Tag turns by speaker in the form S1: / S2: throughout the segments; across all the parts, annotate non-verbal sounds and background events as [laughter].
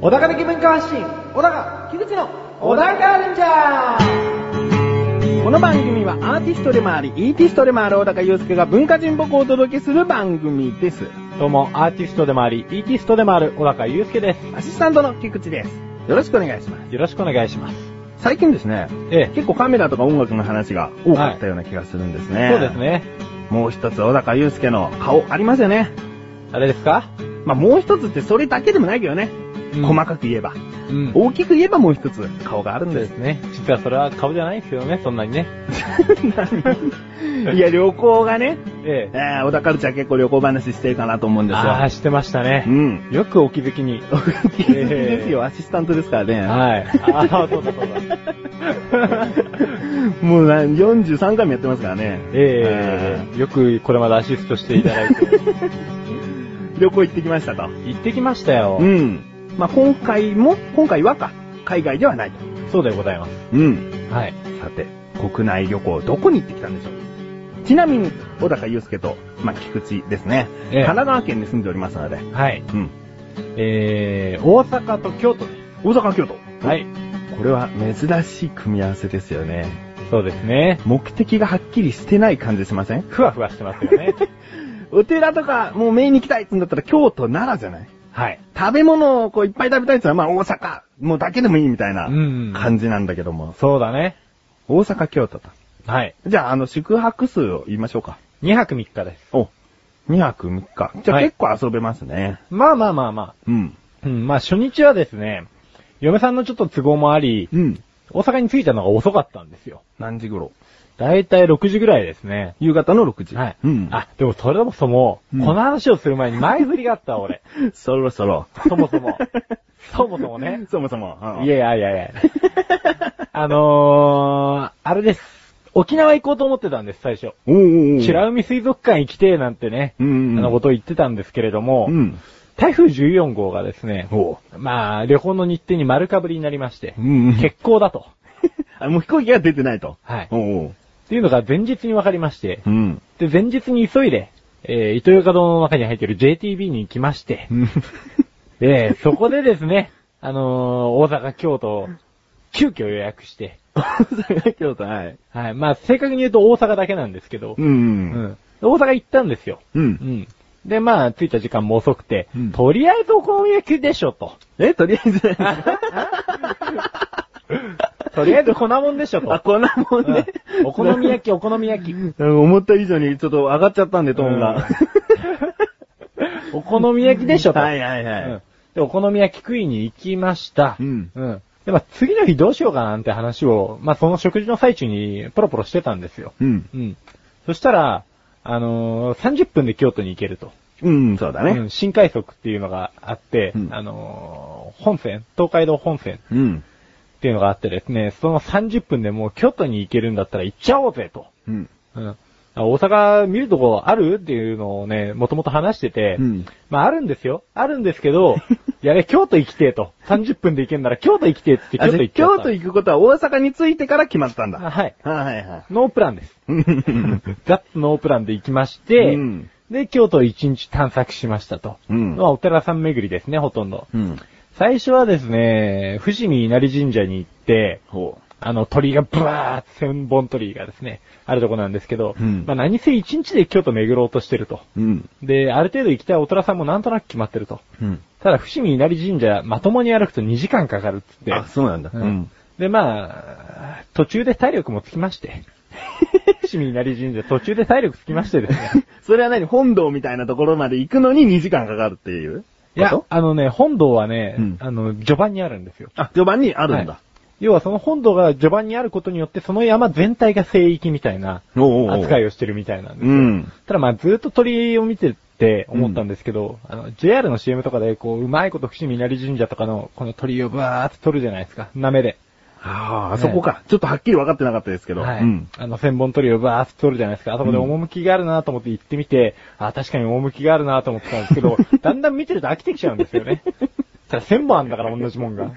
S1: 小高的文化発信、小高、木口の小高レンジャーこの番組はアーティストでもあり、イーティストでもある小高祐介が文化人僕をお届けする番組です。
S2: どうも、アーティストでもあり、イーティストでもある小高祐介です。
S1: アシスタントの木口です。よろしくお願いします。
S2: よろしくお願いします。
S1: 最近ですね、
S2: え
S1: 結構カメラとか音楽の話が多かったような気がするんですね。
S2: え、そうです。ね。
S1: もう一つ小高祐介の顔ありますよね。
S2: あれですか
S1: まあ、もう一つってそれだけでもないけどね。細かく言えば。
S2: うん。
S1: 大きく言えばもう一つ顔があるん
S2: そう
S1: で
S2: ですす。ね。実はそれは顔じゃないですよね、そんなにね。
S1: [laughs] いや、旅行がね、
S2: ええ。
S1: えー、小田カルチャー結構旅行話してるかなと思うんですよ。
S2: ああ、してました
S1: う
S2: ね。
S1: ん。
S2: よくお気づきに。
S1: お気づき [laughs] ですよ、アシスタントですからね。
S2: はい。 [laughs] ああ、そうだそうだ。
S1: [laughs] もうな43回もやってますからね。
S2: ええ、よくこれまでアシストしていただいて。
S1: うん旅行行ってきましたと。
S2: [laughs] 行ってきましたよ
S1: う。ん。まあ、今回も、今回はか、海外ではないと。
S2: そうでございます。
S1: うん。
S2: はい。
S1: さて、国内旅行、どこに行ってきたんでしょうちなみに、小高祐介と、まあ、菊池ですね、
S2: ええ
S1: 神奈川県に住んでおりますので。
S2: はい。
S1: うん。
S2: ええ、大阪と京都で
S1: 大阪、京都。
S2: す。はい。
S1: これは珍しい組み合わせですよね。
S2: そうですね。
S1: 目的がはっきりしてない感じしません
S2: ふわふわしてますよね。
S1: お寺とか、もうメインに行きたいって言うんだったら京都、奈良じゃない
S2: はい。
S1: 食べ物をこういっぱい食べたいって言ったら、まあ大阪、もうだけでもいいみたいな
S2: うん
S1: 感じなんだけども。
S2: そうだね。
S1: 大阪、京都と。
S2: はい。
S1: じゃあ、あの、宿泊数を言いましょうか。
S2: 2泊3日です。
S1: お、2泊3日。じゃあ、
S2: はい
S1: 結構遊べますね。
S2: まあまあまあま
S1: うん。
S2: あ。うん、まあ初日はですね、嫁さんのちょっと都合もあり、
S1: うん。
S2: 大阪に着いたのが遅かったんですよ。
S1: 何時頃
S2: だいたい6時ぐらいですね。
S1: 夕方の6時。
S2: はい。
S1: うん。
S2: あ、でもそれもそも、
S1: うん
S2: この話をする前に前振りがあった、
S1: [laughs]
S2: 俺。
S1: そろそろ。
S2: そもそも。そもそもね。
S1: そもそも。
S2: いやいやいやい [laughs] や。あのー、あれです。沖縄行こうと思ってたんです、最初。
S1: おうおうおう。
S2: 白海水族館行きてえなんてね、
S1: うんうんうん
S2: あのことを言ってたんですけれども、
S1: うん。
S2: 台風14号がですね、
S1: おう。
S2: まあ、旅行の日程に丸かぶりになりまして、
S1: うんうん
S2: 欠航だと。
S1: あ、もう飛行機が出てないと。
S2: はい
S1: おうおう。
S2: っていうのが前日に分かりまして、
S1: [laughs] うん。
S2: で、前日に急いで、えー、イトヨカドの中に入っている JTB に行きまして、で、そこでですね、 [laughs] あのー、大阪、京都を、急遽予約して、
S1: 大阪、京都、はい。
S2: はい、まあ、正確に言うと大阪だけなんですけど、
S1: うん
S2: う
S1: うん。
S2: ん。大阪行ったんですよ。
S1: うん
S2: うん。で、まあ、着いた時間も遅くて、
S1: うん
S2: とりあえずお好み焼きでしょ、と。
S1: え、と [laughs] りあえず、
S2: とりあえず粉もんで
S1: [laughs]
S2: しょ、と。
S1: あ、こんなもんね。
S2: うんお好み焼き、お好み焼き。
S1: き。思った以上にちょっと上がっちゃったんで、トーンが。
S2: お好み焼きでしょ、と。
S1: はいはいは
S2: うん
S1: い。
S2: で、お好み焼き食いに行きました。
S1: うん
S2: うん。で、まあ、次の日どうしようかなんて話を、まあ、その食事の最中にポロポロしてたんですよ。
S1: うん。
S2: うん。そしたら、あのー30分で京都に行けると。
S1: うん、そうだ
S2: う
S1: ね。
S2: ん、新快速っていうのがあって、
S1: うん
S2: あのー本線、東海道本線
S1: うん。
S2: っていうのがあってですね、その30分でもう京都に行けるんだったら行っちゃおうぜと。
S1: うん。
S2: うん。大阪見るとこあるっていうのをね、もともと話してて、
S1: うん
S2: まああるんですよ。あるんですけ
S1: [laughs]
S2: ど、いやれ、京都行きてえと。30分で行けんなら京都行きてえって
S1: あ
S2: 京都
S1: じゃあ
S2: 行っちゃっ
S1: 京
S2: た。
S1: 都行くことは大阪に着いてから決まったんだ。
S2: あはい。
S1: はいはいはい。
S2: ノープラン
S1: [laughs]
S2: です。
S1: うん
S2: ザッツノープランで行きまして、
S1: うん
S2: で、京都を1日探索しましたと。
S1: うん
S2: まあお寺さん巡りですね、ほとんど。
S1: [laughs] うん。
S2: 最初はですね、伏見稲荷神社に行って、
S1: ほ
S2: あの鳥居がブワーって千本鳥居がですね、あるとこなんですけど、
S1: うん
S2: まあ何せ1日で京都巡ろうとしてると。
S1: う。うん。
S2: で、ある程度行きたいお寺さんもなんとなく決まってると。
S1: うん。
S2: ただ、伏見稲荷神社、まともに歩くと2時間かかるっつって。
S1: あ、そうなんだ。
S2: うん。で、まあ、途中で体力もつきまして。 [laughs] 伏見稲荷神社、途中で体力つきましてです
S1: [laughs]
S2: ね。
S1: それは何本堂みたいなところまで行くのに2時間かかるっていう
S2: いや、あのね、本堂はね、
S1: うん
S2: あの、序盤にあるんですよ。
S1: あ、序盤にあるんだ
S2: はい。要はその本堂が序盤にあることによって、その山全体が聖域みたいな
S1: おうおうおう
S2: 扱いをしてるみたいなんです
S1: う
S2: よ。
S1: ん。
S2: ただまあずーっと鳥居を見てて思ったんですけど、あの、JR の CM とかでこう、うまいこと伏見稲荷神社とかのこの鳥居をバーって撮るじゃないですか。なめで。
S1: ああ、あそこか。ちょっとはっきり分かってなかったですけど。
S2: はい。
S1: うん。 [laughs]
S2: あの、千本鳥居をバーって撮るじゃないですか。あそこで
S1: うん
S2: 趣があるなと思って行ってみて、あ、確かに趣があるなと思ってたんですけ
S1: [laughs]
S2: ど、だんだん見てると飽きてきちゃうんですよね。ただ千本あんだから同じもんが。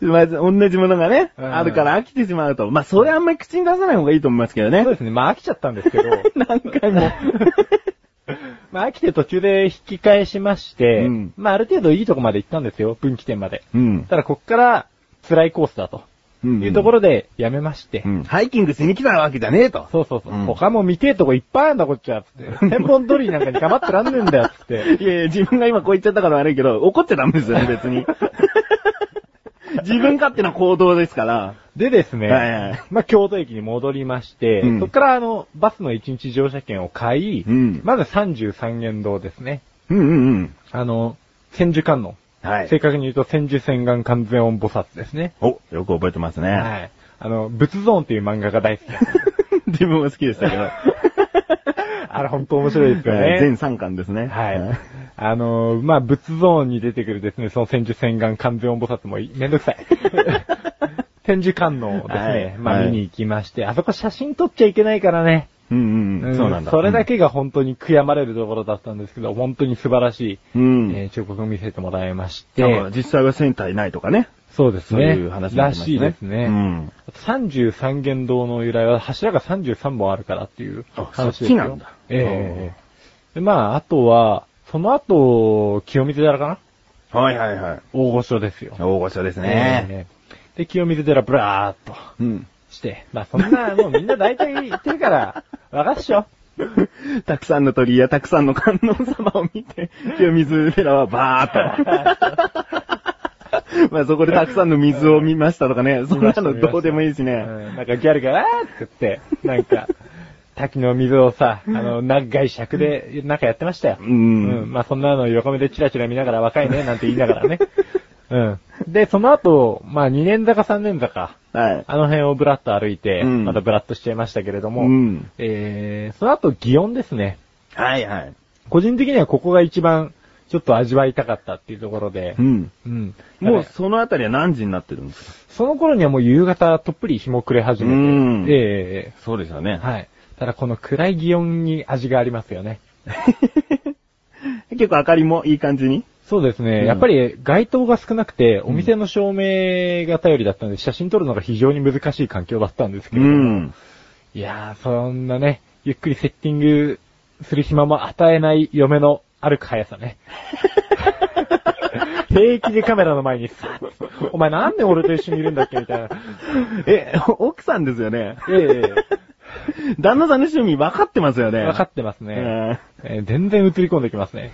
S1: まあ、同じものがね、
S2: うん
S1: あるから飽きてしまうと。まあ、それあんまり口に出さない方がいいと思いますけどね
S2: そう。ですね。まあ飽きちゃったんですけど。
S1: [laughs] 何回も。
S2: [laughs] まあ飽きて途中で引き返しまして、
S1: うん
S2: まあある程度いいとこまで行ったんですよ。分岐点まで。
S1: うん。
S2: ただこっから辛いコースだと。
S1: うん
S2: いうところでやめまして。
S1: うんハイキングしに来たわけじゃねえと。
S2: そうそうそう。
S1: うん
S2: 他も見てえとこいっぱいあるんだこっちは。つ
S1: [laughs]
S2: って。千本鳥居なんかに構ってらんねえんだよ。つって。
S1: いやいや、自分が今こう言っちゃったから悪いけど、怒っちゃダメです [laughs] よね、別に。自分勝手な行動ですから。
S2: でですね、
S1: はいはい
S2: まあ、京都駅に戻りまして、
S1: うん
S2: そこからあの、バスの1日乗車券を買い、
S1: うん
S2: まず33元堂ですね。
S1: うんうんうん。
S2: あの、千手観音。
S1: はい
S2: 正。確に言うと千手千眼完全音菩薩ですね。
S1: お、よく覚えてますね。
S2: はい。あの、仏像っていう漫画が大好きなん
S1: [laughs]
S2: です。
S1: 自分も好きでしたけど。
S2: あれ本当面白いですよね。
S1: 全3巻ですね。
S2: はい。あのーまあ、仏像に出てくるですね、その千手千眼完全音菩薩もいめんどくさい。 [laughs] 天寿観音ですね、
S1: はい
S2: ま
S1: は
S2: あ、
S1: い
S2: 見に行きまして、あそこ写真撮っちゃいけないからね。
S1: うんうん。そうなんだ。
S2: それだ
S1: け。
S2: けが本当に悔やまれるところだったんですけど、本当に素晴らし
S1: う
S2: い、
S1: ん。
S2: えー彫刻を見せてもらいまし
S1: でも
S2: て、
S1: 実際はセンターいないとかね。
S2: そうです
S1: そう
S2: ね。
S1: いう話にな
S2: ら
S1: ってま
S2: しいですね。
S1: うん。
S2: 33元堂の由来は柱が33本あるからっていう
S1: あ
S2: 話
S1: そ
S2: で
S1: っ
S2: す
S1: ち
S2: よ。
S1: なんだ
S2: ええで、まあ、あとは、その後、清水寺かな
S1: はいはいはい。
S2: 大御所ですよ。
S1: 大御所ですね。
S2: ええで、清水寺ブラーっと
S1: うん。 [laughs]
S2: して、まあそんな、もうみんな大体言ってるから、わかっしょ。
S1: たくさんの鳥やたくさんの観音様を見 [laughs] て、清水寺はバー [laughs] っと。まあそこでたくさんの水を見ましたとかね、そんなのどうでもいいし
S2: う
S1: ね。
S2: んなんかギャルが、あーって言って、
S1: [laughs]
S2: なんか、滝の水をさ、あの、長い尺で、なんかやってましたよ。
S1: うん
S2: まあそんなの横目でチラチラ見ながら若い
S1: [laughs]
S2: ね、なんて言いながらね。うん。で、その後、まあ2年坂3年坂、
S1: はい。
S2: あの辺をブラッと歩いて、
S1: うん
S2: またブラッとしちゃいましたけれども、
S1: うん
S2: えー、その後、祇園ですね。
S1: はいはい。
S2: 個人的にはここが一番、ちょっと味わいたかったっていうところで、
S1: うん。
S2: うん。
S1: も
S2: も
S1: う
S2: う、
S1: そのあたりは何時になってるんですか
S2: その頃にはもう夕方とっぷり日も暮れ始めて、
S1: うん
S2: え
S1: そうですよね
S2: えはい。ただこの暗い祇園に味がありますよね。
S1: [laughs] 結構明かりもいい感じに
S2: そうですね。
S1: うん
S2: やっぱり街灯が少なくて、お店の照明が頼りだったので、写真撮るのが非常に難しい環境だったんですけれども、。いやー、そんなね、ゆっくりセッティングする暇も与えない嫁の歩く速さ [laughs] ね。平気でカメラの前にさ、お前なんで俺と一緒にいるんだっけみたいな。
S1: え、奥さんですよね。
S2: [laughs] え [laughs] え
S1: 旦那さんの趣味分かってますよね。
S2: わかってますね、えー全然映り込んできます [laughs] ね。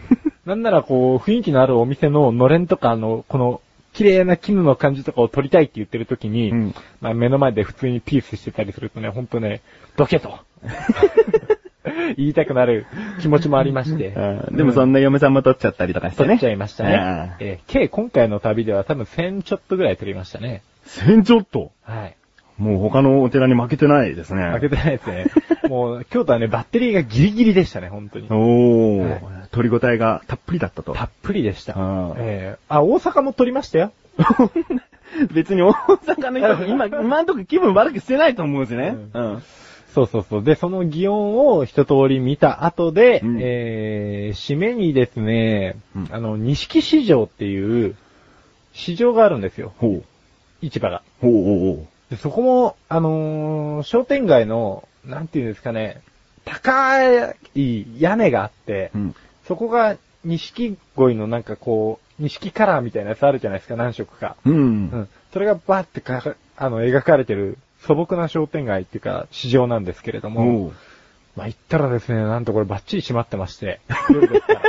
S2: なんならこう、雰囲気のあるお店ののれんとかの、この、綺麗な絹の感じとかを撮りたいって言ってる時に、
S1: うん
S2: まあ目の前で普通にピースしてたりするとね、ほんとね、どけ [laughs] と。言いたくなる気持ち [laughs] もありまして。
S1: うんでもそんな嫁さんも撮っちゃったりとかして
S2: 撮
S1: ね。
S2: っちゃいましたね。
S1: うん。
S2: えー計今回の旅では多分1000ちょっとぐらい撮りましたね。
S1: 千ちょっと
S2: はい。
S1: もう他のお寺に負けてないですね。
S2: 負けてないです [laughs] ね。もう、京都はね、バッテリーがギリギリでしたね、本当に。
S1: おー、
S2: は
S1: 取り応えがたっぷりだったと
S2: た。っぷりでした
S1: うん。
S2: えーあ、大阪も撮りましたよ。
S1: 別に大阪の人、今、今んとこ気分悪くしてないと思うしね。うん。
S2: そうそうそう。で、その祇園を一通り見た後で、
S1: うん
S2: えー締めにですね、
S1: うん
S2: あの、錦市場っていう、市場があるんですよ。
S1: ほう。
S2: 市場が。
S1: ほうほうほう。
S2: でそこも、あのー商店街の、なんていうんですかね、高い屋根があって、
S1: うん。
S2: そこが錦鯉のなんかこう、錦カラーみたいなやつあるじゃないですか、何色か。
S1: う。
S2: うんん。それがバーってかか、あの、描かれてる素朴な商店街っていうか、市場なんですけれども、
S1: う。
S2: まあ、行ったらですね、なんとこれバッチリ閉まってまして、 [laughs] 夜ですから。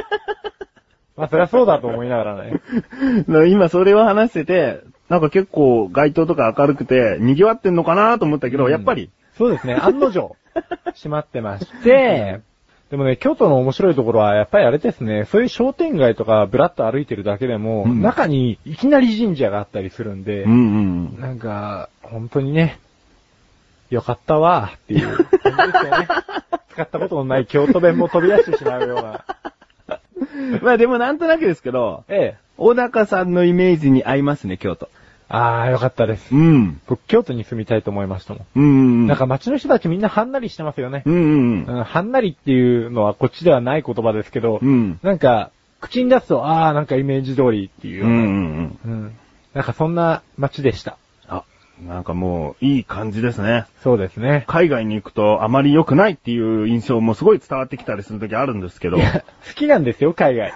S2: まあ、そりゃそうだと思いながらね。
S1: [laughs] だから今それを話してて、なんか結構街灯とか明るくて、賑わってんのかなと思ったけど、
S2: うん
S1: やっぱり。
S2: そうですね、案の定、閉まってまして、でもね、京都の面白いところは、やっぱりあれですね、そういう商店街とかブラッと歩いてるだけでも、
S1: うん
S2: 中にいきなり神社があったりするんで、
S1: んん。
S2: なんか、本当にね、よかったわ、っていう
S1: [laughs]
S2: 感じですよね。使ったことのない京都弁も飛び出してしまうような。
S1: まあでもなんとなくですけど、
S2: ええ。
S1: 小高さんのイメージに合いますね、京都。
S2: あー、よかったです。
S1: ん。
S2: 僕、京都に住みたいと思いましたもん。
S1: うん
S2: なんか街の人たちみんなはんなりしてますよね。
S1: うんうん
S2: うん、はんなりっていうのはこっちではない言葉ですけど、
S1: うん。
S2: なんか、口に出すと、あー、なんかイメージ通りっていう
S1: う
S2: ような。
S1: ん。
S2: うん。なんかそんな街でした。
S1: あ、なんかもう、いい感じですね。
S2: そうですね。 [laughs]
S1: 海外に行くとあまり良くないっていう印象もすごい伝わってきたりするときあるんですけど
S2: い。や、好きなんですよ、海
S1: [laughs]
S2: 外。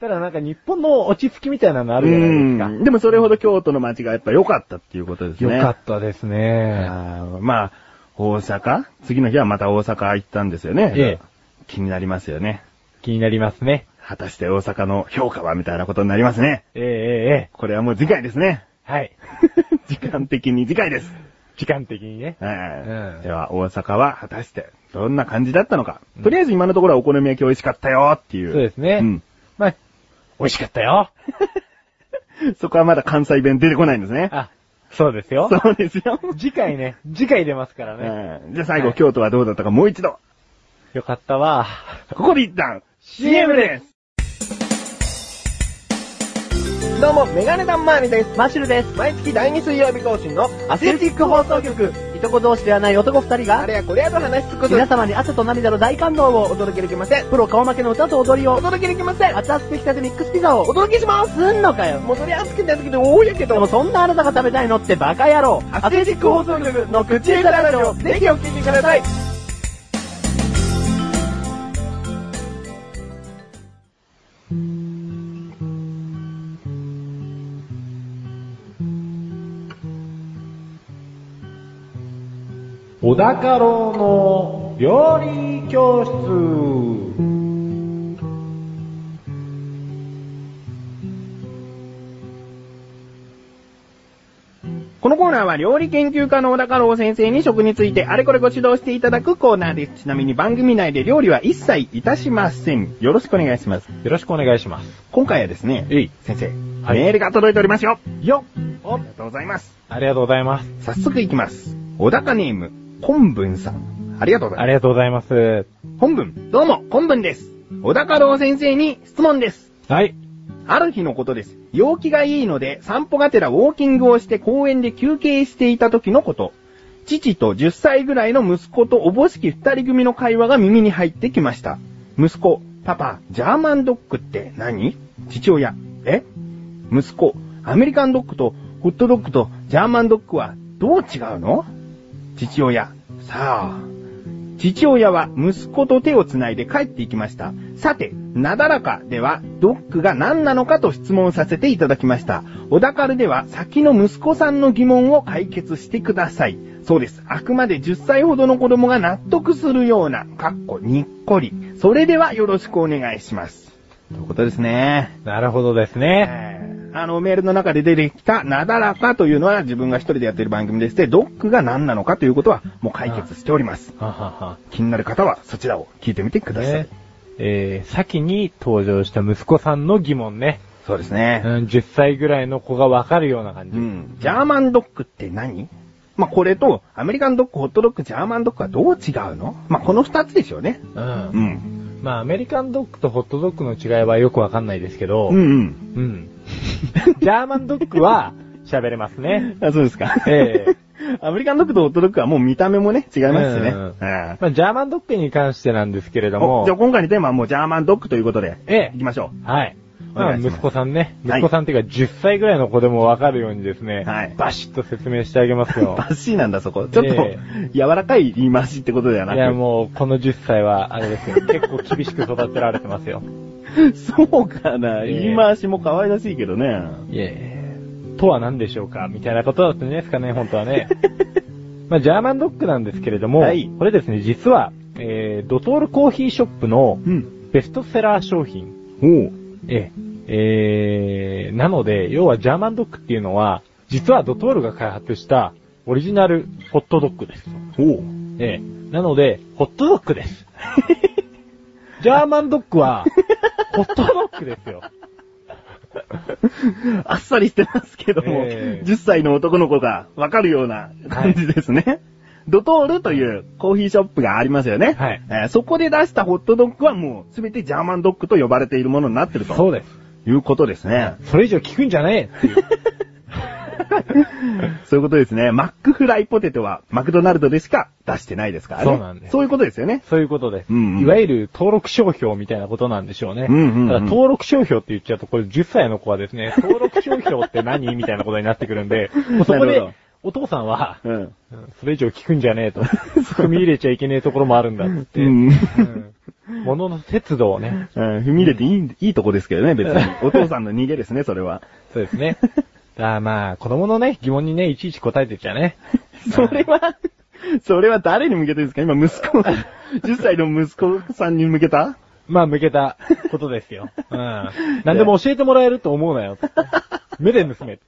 S2: ただなんか日本の落ち着きみたいなのあ
S1: う
S2: るじゃないで
S1: ん。でもそれほど京都の街がやっぱ良かったっていうことです
S2: すか。
S1: ね。
S2: よかったですね。
S1: あーまあ、大阪次の日はまた大阪行ったんですよね。
S2: ええ
S1: 気になりますよね。
S2: 気になりますね。
S1: 果たして大阪の評価はみたいなことになりますね。
S2: えええええ
S1: これはもう次回で
S2: [laughs]
S1: すね。
S2: えはい。
S1: 時間的に次回です。
S2: 時間的にね。
S1: はい
S2: うん
S1: では、大阪は果たしてどんな感じだったのか。とりあえず今のところはお好み焼き美味しかったよっていう。
S2: そうですね
S1: うん。
S2: まあ、美味しかったよ。
S1: そこはまだ関西弁出てこないんですね。
S2: あ、そうですよ。
S1: そうですよ。
S2: 次回ね、次回出ますからね。
S1: うんじゃあ最後、
S2: はい
S1: 京都はどうだったかもう一度。
S2: よかったわ。
S1: ここで一旦、
S2: CM です
S3: どうも、メガネタンマーニです。マシュルです。毎月第2水曜日更新のアスレティック放送局。
S4: いとこ同士ではない男二人
S3: あ
S4: が、
S3: れやこれやと話しつく
S4: 皆様に汗と涙の大感動を
S3: お届けできません。
S4: プロ顔負けの歌と踊り
S3: お
S4: を、
S3: 届けできません。
S4: 熱々出来たてミックスピザ
S3: お
S4: を、
S3: 届けします。
S4: すんのかよ。
S3: もうそれ熱くなってきて多いやけ
S4: でも
S3: ど。
S4: そんなあなたが食べたいのってバカ野郎。
S3: アスレティック放送局の口下手ラジオ、ぜひお聞きください。
S2: 小高郎の料理教室。
S3: このコーナーは料理研究家の小高郎先生に食についてあれこれご指導していただくコーナーです。ちなみに番組内で料理は一切いたしません。よろしくお願いします。
S2: よろしくお願いします。
S1: 今回はですね、
S2: えい。
S1: 先生、
S2: はい
S1: メールが届いておりますよ。
S2: よお
S1: ありがとうございます。
S2: ありがとうございます。
S1: 早速いきます。小高ネーム、本文さん。ありがとうござ
S2: あ
S1: いま
S2: りがとうございます。
S1: す。本文、どうも、本文です。小高郎先生に質問です。
S2: はい。
S1: ある日のことです。陽気がいいので、散歩がてらウォーキングをして公園で休憩していた時のこと。父と10歳ぐらいの息子とおぼしき二人組の会話が耳に入ってきました。息子、パパ、ジャーマンドッグって何父親、え息子、アメリカンドッグとホットドッグとジャーマンドッグはどう違うの父親、さあ。父親は息子と手をつないで帰っていきました。さて、なだらかではドッグが何なのかと質問させていただきました。小田カルでは先の息子さんの疑問を解決してください。そうです。あくまで10歳ほどの子供が納得するような、かっこにっこり。それではよろしくお願いします。ということですね。
S2: なるほどですね。
S1: えーあの、メールの中で出てきた、なだらかというのは自分が一人でやっている番組でして、ドックが何なのかということは、もう解決しております。
S2: ははは。
S1: 気になる方は、そちらを聞いてみてください。
S2: ねえー、先に登場した息子さんの疑問ね。
S1: そうです
S2: う
S1: ね。
S2: ん、10歳ぐらいの子がわかるような感
S1: う
S2: じ。
S1: ん。ジャーマンドッグって何まあ、これと、アメリカンドッグ、ホットドッグ、ジャーマンドッグはどう違うのまあ、この二つでしょうね。
S2: う。
S1: うんん。
S2: まあ、アメリカンドッグとホットドッグの違いはよくわかんないですけど、
S1: うんうん。
S2: うん。 [laughs] ジャーマンドッグは喋れます [laughs] ね。
S1: あ、そうですか。
S2: ええ
S1: [laughs] アメリカンドッグとホットドッグはもう見た目もね、違いますしね。
S2: うん
S1: ええ
S2: まあ、ジャーマンドッグに関してなんですけれど
S1: お
S2: も
S1: じゃあ、今回のテーマはもうジャーマンドッグということで、
S2: ええ
S1: 行きましょ
S2: はい。ま
S1: お
S2: あ、
S1: 願いしま
S2: 息
S1: す
S2: 子さんね。
S1: はい
S2: 息子さんっていうか10歳ぐらいの子でもわかるようにですね、
S1: はい
S2: バシッと説明してあげます
S1: う。
S2: よ
S1: バ。ッシーなんだ、そこ。ちょっと、
S2: え
S1: 柔らかい言い回しってことではいな
S2: や、
S1: く。
S2: もう、この10歳は、あれですよ。
S1: [laughs]
S2: 結構厳しく育てられてますよ。
S1: そうかな、
S2: ええ
S1: 言い回しも可愛らしいけどね。
S2: いえとは何でしょうかみたいなことだったんじゃないですかね、本当は
S1: [laughs]
S2: ね。まあ、ジャーマンドッグなんですけれども、
S1: はい
S2: これですね、実は、えー、ドトールコーヒーショップの
S1: うん。
S2: ベストセラー商品。
S1: おう。
S2: えええーなので、要はジャーマンドッグっていうのは、実はドトールが開発したオリジナルホットドッグです。
S1: おう。
S2: ええなので、ホットドッグ
S1: [laughs]
S2: です。ジャーマンドッグは、ホットドッグですよ。
S1: [laughs] あっさりしてますけども、
S2: ええ
S1: 10歳の男の子がわかるような感じですね。ドトールというコーヒーショップがありますよね。
S2: はい
S1: えーそこで出したホットドッグはもうすべてジャーマンドッグと呼ばれているものになってる
S2: そう
S1: と
S2: です。
S1: いうことですね。
S2: それ以上聞くんじゃねえっていう。
S1: そういうことですね。マックフライポテトはマクドナルドでしか出してないですからね。
S2: そうなんです
S1: そういうことですよね。
S2: そういうことです。
S1: うんうん
S2: いわゆる登録商標みたいなことなんでしょうね。
S1: うんうんうん
S2: ただ登録商標って言っちゃうと、これ10歳の子はですね、登録商標って何みたいなことになってくるんで、もうそこ
S1: [laughs] なるほ
S2: で
S1: ど、
S2: お父さんは、
S1: うん。
S2: うんそれ以上聞くんじゃねえと。 [laughs] 踏み入れちゃいけねえところもあるんだっつって。
S1: [laughs] うん
S2: うんものの鉄道をね。
S1: うん踏み入れていい、いいとこですけどね、
S2: [laughs]
S1: 別に。お父さんの逃げですね、それは。
S2: そうですね。あまあ、子供のね、疑問にね、いちいち答えてっちゃね。
S1: [laughs] それは、それは誰に向けてですか今、息子、10歳 [laughs] の息子さんに向けた
S2: まあ、向けたことですよ。
S1: [laughs]
S2: うん。何でも教えてもらえると思うなよ。目で盗め。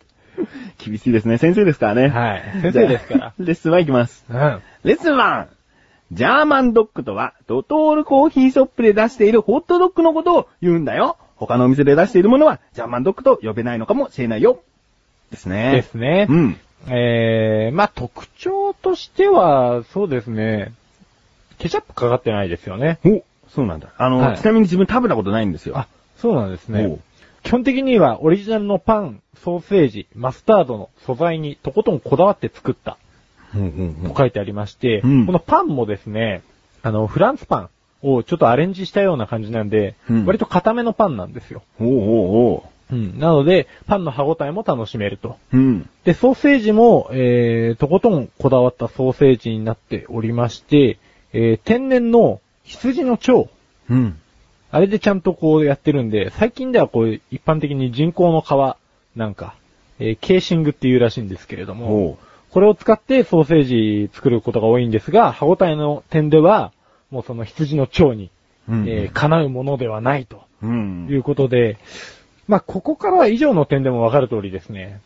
S1: 厳しいですね。先生ですからね。
S2: はい先生ですから
S1: じゃあレッスン1いきます。
S2: うん。
S1: レッスン 1! ジャーマンドッグとは、ドトールコーヒーショップで出しているホットドッグのことを言うんだよ。他のお店で出しているものは、ジャーマンドッグと呼べないのかもしれないよ。ですね。
S2: ですね。
S1: うん。
S2: えー、まあ、特徴としては、そうですね。ケチャップかかってないですよね。
S1: お、そうなんだ。あの、
S2: はい
S1: ちなみに自分食べたことないんですよ。
S2: あ、そうなんです
S1: お
S2: ね
S1: う。
S2: 基本的にはオリジナルのパン、ソーセージ、マスタードの素材にとことんこだわって作った
S1: うんうんうん
S2: と書いてありまして、
S1: うん
S2: このパンもですね、あの、フランスパンをちょっとアレンジしたような感じなんで、
S1: うん
S2: 割と固めのパンなんですよ。
S1: おうおうお
S2: うん。なので、パンの歯応えも楽しめると。
S1: う。うん。
S2: で、ソーセージも、えー、とことんこだわったソーセージになっておりまして、えー、天然の羊の腸、
S1: うん。
S2: あれでちゃんとこうやってるんで、最近ではこう一般的に人工の皮なんか、えーケーシングっていうらしいんですけれども、
S1: おう。
S2: これを使ってソーセージ作ることが多いんですが、歯応えの点では、もうその羊の腸に、
S1: うん
S2: えー叶うものではないと
S1: うん。
S2: いうことで、まあ、ここからは以上の点でもわかる通りですね。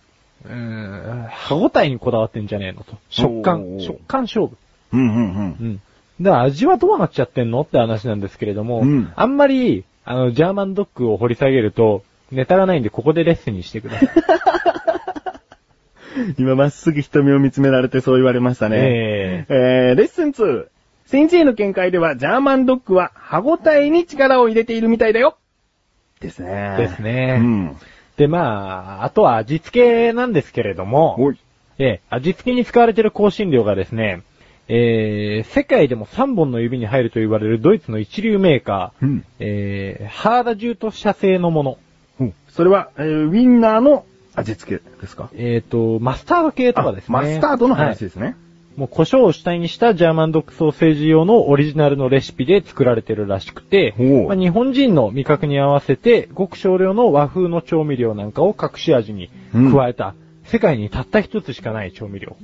S2: うーん、歯応えにこだわってんじゃねえのと。食
S1: お
S2: 感、
S1: ー
S2: 食感勝負。
S1: うんうんうん
S2: う。ん。だから味はどうなっちゃってんのって話なんですけれども、
S1: うん
S2: あんまり、あの、ジャーマンドッグを掘り下げると、ネタがないんでここでレッスンにしてください。
S1: 今まっすぐ瞳を見つめられてそう言われました [laughs] ね。
S2: え
S1: えー、レッスン 2! 先生の見解では、ジャーマンドッグは歯応えに力を入れているみたいだよですね
S2: え。ですね。
S1: うん。
S2: で、まあ、あとは味付けなんですけれども、
S1: おい。
S2: ええ、味付けに使われている香辛料がですね、えー、世界でも3本の指に入ると言われるドイツの一流メーカー、
S1: うん
S2: えー、ハーダジュート社製のもの、
S1: それは、えー、ウィンナーの味付けですか
S2: えーと、マスタード系とかですね。
S1: マスタードの話
S2: は
S1: ですね。
S2: いもう胡椒を主体にしたジャーマンドッグソーセージ用のオリジナルのレシピで作られてるらしくて
S1: ほう、
S2: まあ、日本人の味覚に合わせて、ごく少量の和風の調味料なんかを隠し味に加えた、世界にたった一つしかない調味料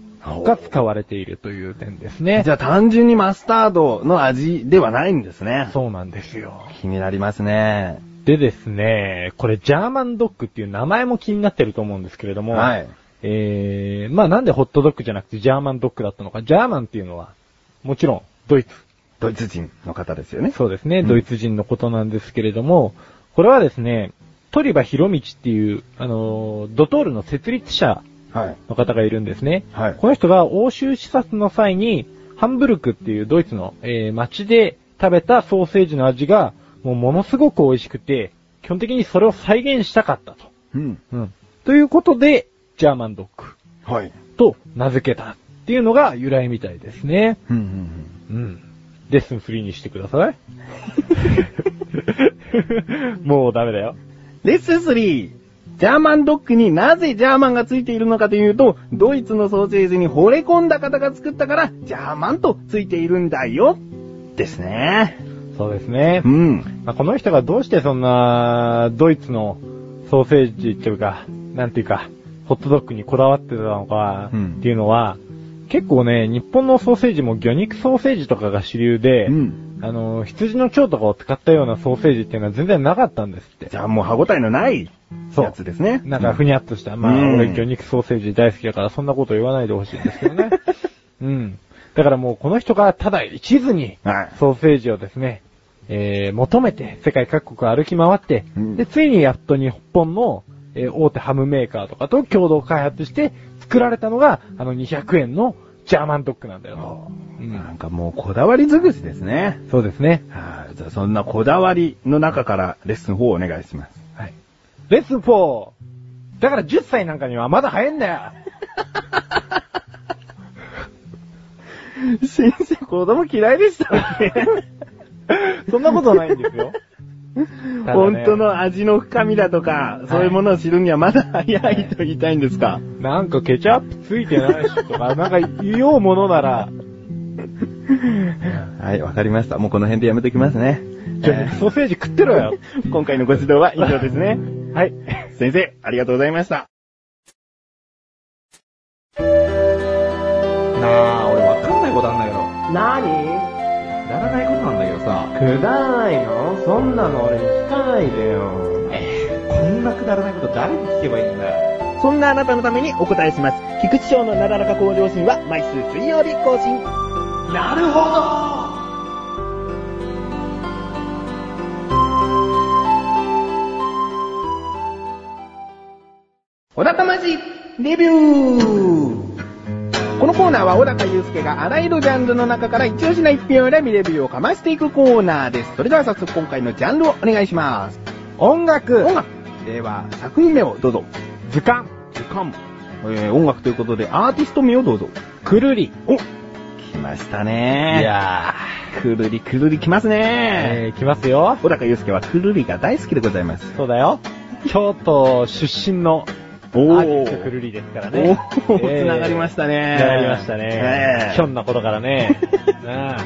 S2: が使われているという点ですね。
S1: じゃあ単純にマスタードの味ではないんですね。
S2: そうなんですよ。
S1: 気になりますね。
S2: でですね、これジャーマンドッグっていう名前も気になってると思うんですけれども、
S1: はい。
S2: えー、まあなんでホットドッグじゃなくてジャーマンドッグだったのか、ジャーマンっていうのは、もちろん、ドイツ。
S1: ドイツ人の方ですよね。
S2: [laughs] そうですね、
S1: うん
S2: ドイツ人のことなんですけれども、これはですね、トリバヒロミチっていう、あのー、ドトールの設立者
S1: はい。
S2: の方がいるんですね。
S1: はい
S2: この人が欧州視察の際に、ハンブルクっていうドイツの、えー町で食べたソーセージの味が、もうものすごく美味しくて、基本的にそれを再現したかったと。
S1: うん。
S2: うん。ということで、ジャーマンドッグ
S1: はい。
S2: と名付けたっていうのが由来みたいですね。
S1: うんうんうん。
S2: うん。レッスン3にしてくだ
S1: [laughs]
S2: さい。もうダメだよ。
S1: レッスン3。ジャーマンドッグになぜジャーマンがついているのかというと、ドイツのソーセージに惚れ込んだ方が作ったから、ジャーマンとついているんだよ。ですね。
S2: そうですね。
S1: ん。
S2: まあこの人がどうしてそんな、ドイツのソーセージというか、なんていうか、ホットドッグにこだわってたのか
S1: うん
S2: っていうのは、結構ね、日本のソーセージも魚肉ソーセージとかが主流で、
S1: うん。
S2: あの、羊の腸とかを使ったようなソーセージっていうのは全然なかったんですって
S1: じ。ゃあもう歯応えのない
S2: そう
S1: やつですね。
S2: なんか、ふにゃっとした。まあ、
S1: うん
S2: 俺、魚肉ソーセージ大好きだから、そんなこと言わないでほしいんですけど
S1: [laughs]
S2: ね。うん。だからもう、この人がただ一途に、
S1: はい。
S2: ソーセージをですね、えー、求めて、世界各国を歩き回って、
S1: うん
S2: で、ついにやっと日本の、えー大手ハムメーカーとかと共同開発して、作られたのが、あの、200円のジャーマンドッグなんだよと。うん
S1: なんかもうこだわり尽くしですね。
S2: そうですね。
S1: はい、じゃあそんなこだわりの中からレッスン4をお願いします。
S2: はい。レッスン 4! だから10歳なんかにはまだ早いんだよ。
S1: [laughs] 先生、子供嫌いでしたね。
S2: そんなことないんです
S1: [laughs]
S2: よ。
S1: 本当の味の深みだとか、そういうものを知るにはまだ早いと言いたいんですか。
S2: なんかケチャップついてないしとか、なんか言おうものなら、
S1: はい、わかりました。もうこの辺でやめときます [laughs] ね。
S2: ちょソーセージ食ってろよ。
S1: 今回のご指導は以上ですね。
S2: はい。
S1: [laughs] 先生、ありがとうございました。なあ、俺わかんないことあんだけど。
S4: なに
S1: くだらないことなんだけどさ。
S4: くだらないのそんなの俺聞かないでよ。
S1: えー、こんなくだらないこと誰に聞けばいいんだよ。そんなあなたのためにお答えします。菊池賞のなだらか向上心は毎週水曜日更新。
S4: なるほど
S1: 小高まじレビューこのコーナーは小高祐介があらゆるジャンルの中から一押しな一品を選びレビューをかましていくコーナーです。それでは早速今回のジャンルをお願いします。
S2: 音楽、
S1: 音楽では作品名をどうぞ。
S2: 図鑑、
S1: 時間。えー、音楽ということでアーティスト名をどうぞ。
S2: くるり。
S1: お来ましたね
S2: いや
S1: くるりくるり来ます
S2: え
S1: ね
S2: ー、来ますよ。
S1: 小高祐介はくるりが大好きでございます。
S2: そうだよ。京都出身の
S1: お
S2: アーティストくるりですからね。
S1: おお、
S2: えー
S1: つながりましたね。
S2: やられましたね。ひょ
S1: ね
S2: んなことからね。なあ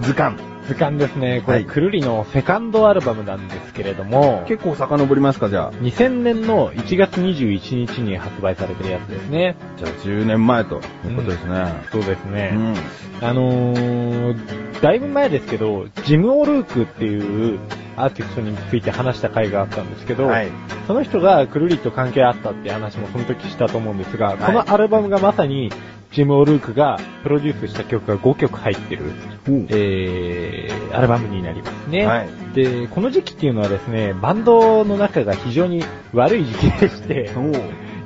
S1: え図鑑。
S2: 図鑑ですね。こ
S1: は
S2: れ、
S1: い
S2: くるりのセカンドアルバムなんですけれども、
S1: 結構遡りますか、じゃあ。
S2: 2000年の1月21日に発売されてるやつですね。
S1: じゃあ10年前ということですね。
S2: そうですね。
S1: うん。
S2: あのー、だいぶ前ですけど、ジム・オルークっていうアーティストについて話した回があったんですけど、
S1: はい
S2: その人がくるりと関係あったって話もその時したと思うんですが、
S1: い
S2: このアルバムがまさにジム・オルークがプロデュースした曲が5曲入ってる、えー、アルバムになりますね。
S1: はい
S2: で、この時期っていうのはですね、バンドの中が非常に悪い時期で
S1: [laughs]
S2: して、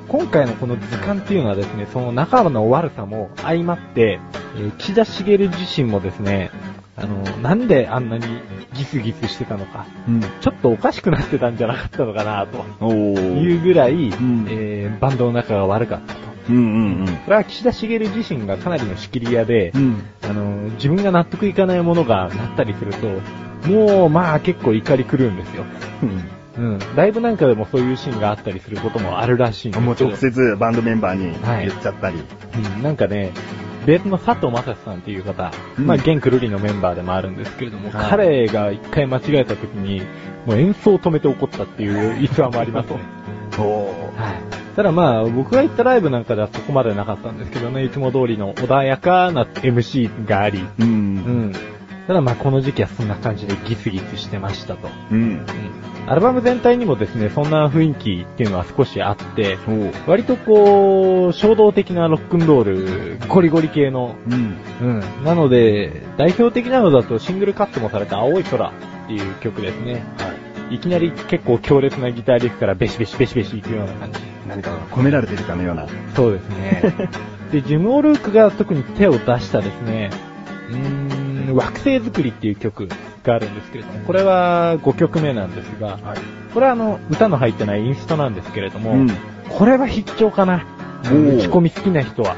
S2: 今回のこの図鑑っていうのはですね、その仲間の悪さも相まって、えー岸田茂自身もですね、あの、なんであんなにギスギスしてたのか、
S1: うん。
S2: ちょっとおかしくなってたんじゃなかったのかな、と
S1: おー
S2: いうぐらい、
S1: ん
S2: えーバンドの仲が悪かったと。
S1: うんうんうん。
S2: これは岸田茂自身がかなりの仕切り屋で、
S1: ん。
S2: あの、自分が納得いかないものがなったりすると、もう、まあ結構怒り狂うんですよ。うん。ライブなんかでもそういうシーンがあったりすることもあるらしいんですけど
S1: もう直接バンドメンバーに
S2: はい
S1: 言っちゃったり。
S2: うんなんかね、ベースの佐藤正史さんっていう方、
S1: うん
S2: まあ、現くるりのメンバーでもあるんですけれども、
S1: はい
S2: 彼が一回間違えた時に、もう演奏を止めて怒ったって
S1: [laughs]
S2: いう逸話もありますね。
S1: お
S2: はい。ただまあ、僕が行ったライブなんかではそこまでなかったんですけどね、いつも通りの穏やかな MC があり、
S1: う。
S2: うんん。ただまあ、この時期はそんな感じでギスギスしてましたと。
S1: うん。
S2: アルバム全体にもですね、そんな雰囲気っていうのは少しあって、
S1: おう。
S2: 割とこう、衝動的なロックンロール、ゴリゴリ系の、
S1: うん。
S2: うん。なので、代表的なのだとシングルカットもされた青い空っていう曲ですね。いきなり結構強烈なギターリフからベシベシベシベシいくような感じ。
S1: 何かが込められてるかのような。
S2: そうです
S1: [laughs]
S2: ね。で、ジム・オルークが特に手を出したですね、うーん、惑星作りっていう曲があるんですけれども、これは5曲目なんですが、
S1: はい。
S2: これはあの、歌の入ってないインストなんですけれども、
S1: うん
S2: これは必聴かな。
S1: おー
S2: 打ち込み好きな人は。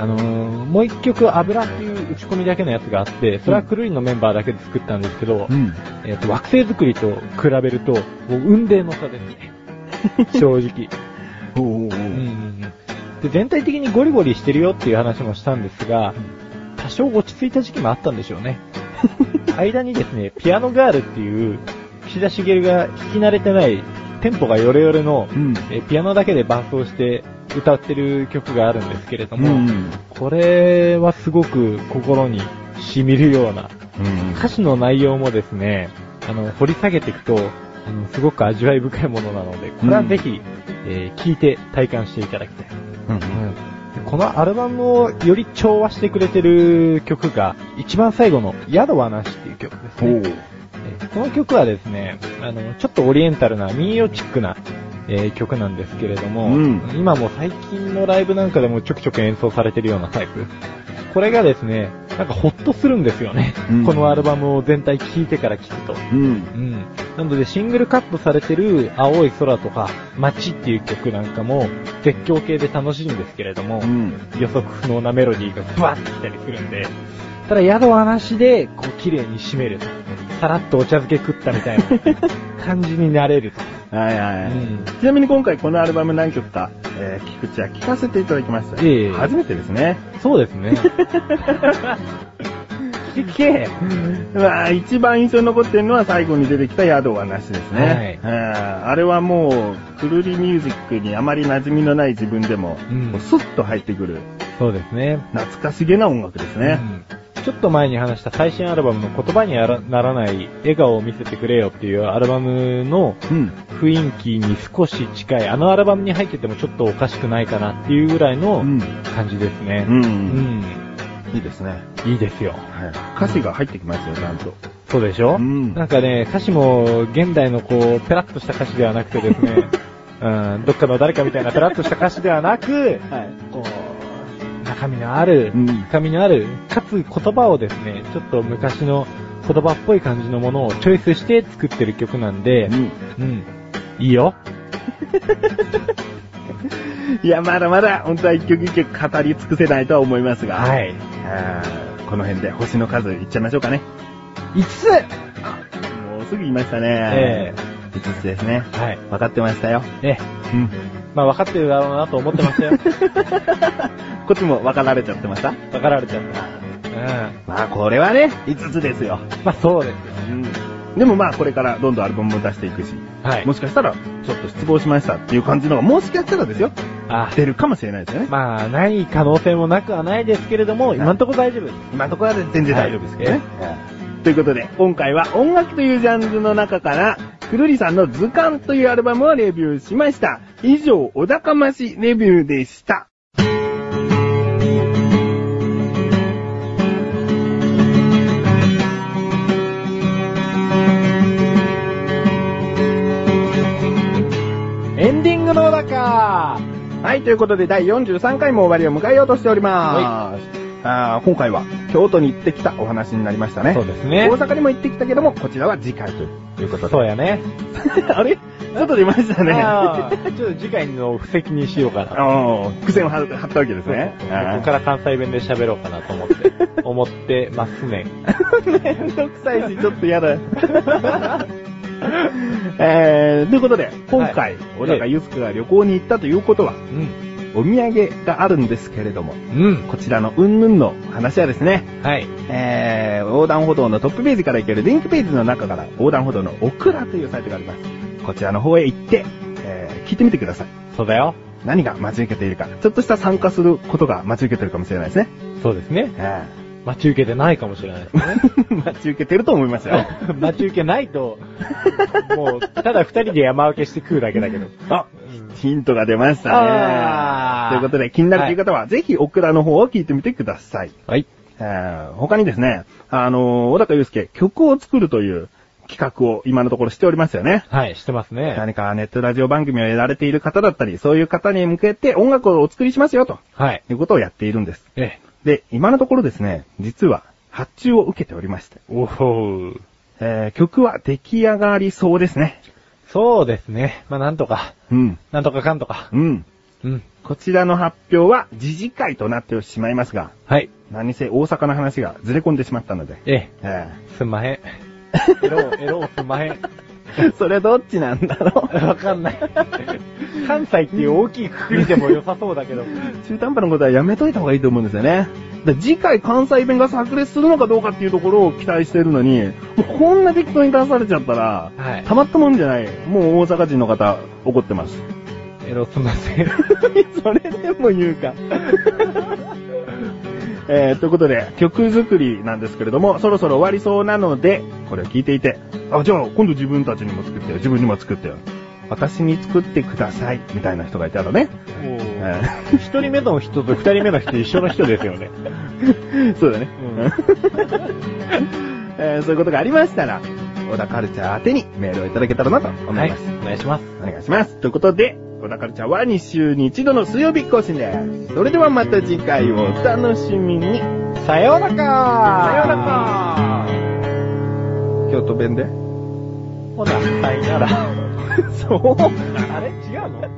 S2: あのー、もう一曲、油っていう打ち込みだけのやつがあって、それはクルリンのメンバーだけで作ったんですけど、
S1: ん。
S2: えっ、と、惑星作りと比べると、もう運命の差です
S1: [laughs]
S2: ね。正直。
S1: おうおうお
S2: うん
S1: う
S2: で、全体的にゴリゴリしてるよっていう話もしたんですが、多少落ち着いた時期もあったんでしょう
S1: [laughs]
S2: ね。間にですね、ピアノガールっていう、岸田茂が聞き慣れてない、テンポがヨレヨレの、
S1: うん
S2: えーピアノだけで伴奏して歌ってる曲があるんですけれど
S1: う
S2: も、
S1: ん。
S2: これはすごく心に染みるような、
S1: うん
S2: 歌詞の内容もですね、あの、掘り下げていくと、あの、すごく味わい深いものなので、これはぜひ、えー聞いて体感していただきたい。
S1: うん。
S2: このアルバムをより調和してくれてる曲が、一番最後の宿はなしっていう曲ですね。
S1: う。
S2: えーこの曲はですね、あの、ちょっとオリエンタルな民謡チックな、えー曲なんですけれども、
S1: うん
S2: 今も最近のライブなんかでもちょくちょく演奏されてるようなタイプ。これがですね、なんかほっとするんですよね。
S1: うん
S2: このアルバムを全体聴いてから聴くと。
S1: うん。
S2: うん。なので、シングルカットされてる青い空とか、街っていう曲なんかも、絶叫系で楽しいんですけれども、
S1: うん。
S2: 予測不能なメロディーがブワッてきたりするんで、ただ宿はなしで、こう、綺麗に締めると。さらっとお茶漬け食ったみた [laughs] いな感じになれると。
S1: はいはいはい。
S2: うん
S1: ちなみに今回このアルバム何曲か、えー、菊池は聴かせていただきました。
S2: ええ
S1: 初めてですね。
S2: そうですね。聞け
S1: まあ、一番印象に残ってるのは最後に出てきた宿はなしですね。はい、あれはもう、くるりミュージックにあまり馴染みのない自分でも、
S2: うん
S1: こうスッと入ってくる、
S2: そうですね。
S1: 懐かしげな音楽ですね。
S2: うんちょっと前に話した最新アルバムの言葉にならならない笑顔を見せてくれよっていうアルバムの
S1: うん。
S2: 雰囲気に少し近い、あのアルバムに入っててもちょっとおかしくないかなっていうぐらいの
S1: うん。
S2: 感じですね
S1: う。ん。
S2: うん。
S1: いいですね。
S2: いいですよ。
S1: はい。歌詞が入ってきますよ、ちゃんと。
S2: そうでしょ
S1: うん
S2: なんかね、歌詞も現代のこう、ペラッとした歌詞ではなくてですね、 [laughs] うん、どっかの誰かみたいなペラッとした歌詞ではなく、
S1: はい。
S2: こう、中身のある、
S1: うん
S2: 深みのある、かつ言葉をですね、ちょっと昔の言葉っぽい感じのものをチョイスして作ってる曲なんで、うん、いいよ。
S1: いや、まだまだ、本当は一曲一曲語り尽くせないとは思いますが。い。
S2: はい。
S1: この辺で星の数いっちゃいましょうかね。
S2: 5つ
S1: もうすぐ言いました
S2: え
S1: ね。5つですね。
S2: はい。
S1: 分かってましたよ。
S2: ね、
S1: うん。
S2: まあ分かってるだろうなと思ってました [laughs] よ。
S1: [laughs] こっちも分かられちゃってました
S2: 分かられちゃった。うん。
S1: まあこれはね、5つですよ。
S2: まあそうですよ。
S1: でもまあこれからどんどんアルバムも出していくし、
S2: はい
S1: も。しかしたらちょっと失望しましたっていう感じのがもしかしたらですよ、
S2: あ
S1: 出るかもしれないですよね。
S2: まあ、ない可能性もなくはないですけれども、今んとこ大丈夫です。
S1: 今のところは全然大丈夫ですけどね。ということで、今回は音楽というジャンルの中から、くるりさんの図鑑というアルバムをレビューしました。以上、お高ましレビューでした。
S2: エンディングのだか
S1: はい、ということで第43回も終わりを迎えようとしております。あー今回は京都に行ってきたお話になりましたね。
S2: そうですね
S1: 大阪にも行ってきたけども、こちらは次回ということで。
S2: そうやね。
S1: [laughs] あれちょっと出ましたね。
S2: あーちょっと次回の布石にしようかな。
S1: おー、苦戦を張ったわけですね。
S2: ここから関西弁で喋ろうかなと思
S1: [laughs]
S2: って、思ってますね。
S1: めんどくさいし、ちょっと [laughs] 嫌だ。えー、ということで、今
S2: は
S1: 回
S2: い、
S1: 小高祐介が旅行に行ったということは
S2: う、ん。
S1: お土産があるんですけれども、
S2: うん。
S1: こちらのうんぬんの話はですね、
S2: はい。
S1: えー、横断歩道のトップページから行けるリンクページの中から、横断歩道のオクラというサイトがあります。こちらの方へ行って、えー、聞いてみてください。
S2: そうだよ。
S1: 何が待ち受けているか。ちょっとした参加することが待ち受けてるかもしれないですね。
S2: そうですね。
S1: え
S2: 待ち受けてないかもしれない
S1: [laughs]
S2: ですね。
S1: ー待ち受けてると思いますよ。
S2: 待ち受けないと、もう、ただ二人で山分けして食うだけだけど。
S1: あ、ヒントが出まし
S2: あ
S1: た
S2: ー
S1: ね。ということで、気になるという方は、ぜひオクラの方を聞いてみてください。
S2: はい。
S1: えー他にですね、あのー小高祐介、曲を作るという企画を今のところしておりますよね。
S2: はい、してますね。
S1: [laughs] 何かネットラジオ番組をやられている方だったり、そういう方に向けて音楽をお作りしますよ、と
S2: はい。
S1: いうことをやっているんです。
S2: ええ。
S1: で、今のところですね、実は発注を受けておりまして、
S2: おほう。
S1: えー曲は出来上がりそうですね。
S2: そうですね。まあ、なんとか。
S1: うん。
S2: なんとかかんとか。
S1: うん。
S2: うん。
S1: こちらの発表は、時事会となってしまいますが、
S2: はい。
S1: 何せ大阪の話がずれ込んでしまったので。
S2: ええ。
S1: え
S2: すんまへん。エロ、エロ、すんまへん。
S1: え [laughs] それどっちなんだろ [laughs] う
S2: わかんない。 [laughs] 関西っていう大きいくくりでも良さそうだけど。
S1: 中途半端なことはやめといた方がいいと思うんですよね。だから次回関西弁が炸裂するのかどうかっていうところを期待してるのに、もうこんな適当に出されちゃったら、
S2: はい
S1: たまったもんじゃない。もう大阪人の方、怒ってます。
S2: [laughs] エロすんませ [laughs] ん。
S1: それでも言うか。えー、ということで、曲作りなんですけれども、そろそろ終わりそうなので、これを聞いていて、あ、じゃあ今度自分たちにも作ってよ、自分にも作ってよ。私に作ってください、みたいな人がいたらね。え
S2: 一人目の人と二人目の人一緒の人ですよね。
S1: ー [laughs] そうだね。
S2: うん。
S1: [laughs] えーそういうことがありましたら、小田カルチャー宛てにメールをいただけたらなと思
S2: はいい
S1: ます。、
S2: お願いします。
S1: お願いします。ということで、小田カルチャーは2週に1度の水曜日更新です。それではまた次回をお楽しみに。
S2: さようなら
S1: さような
S2: か
S1: ら京都弁で
S2: ほな、さよなら。
S1: [laughs] そう
S2: あれ違うの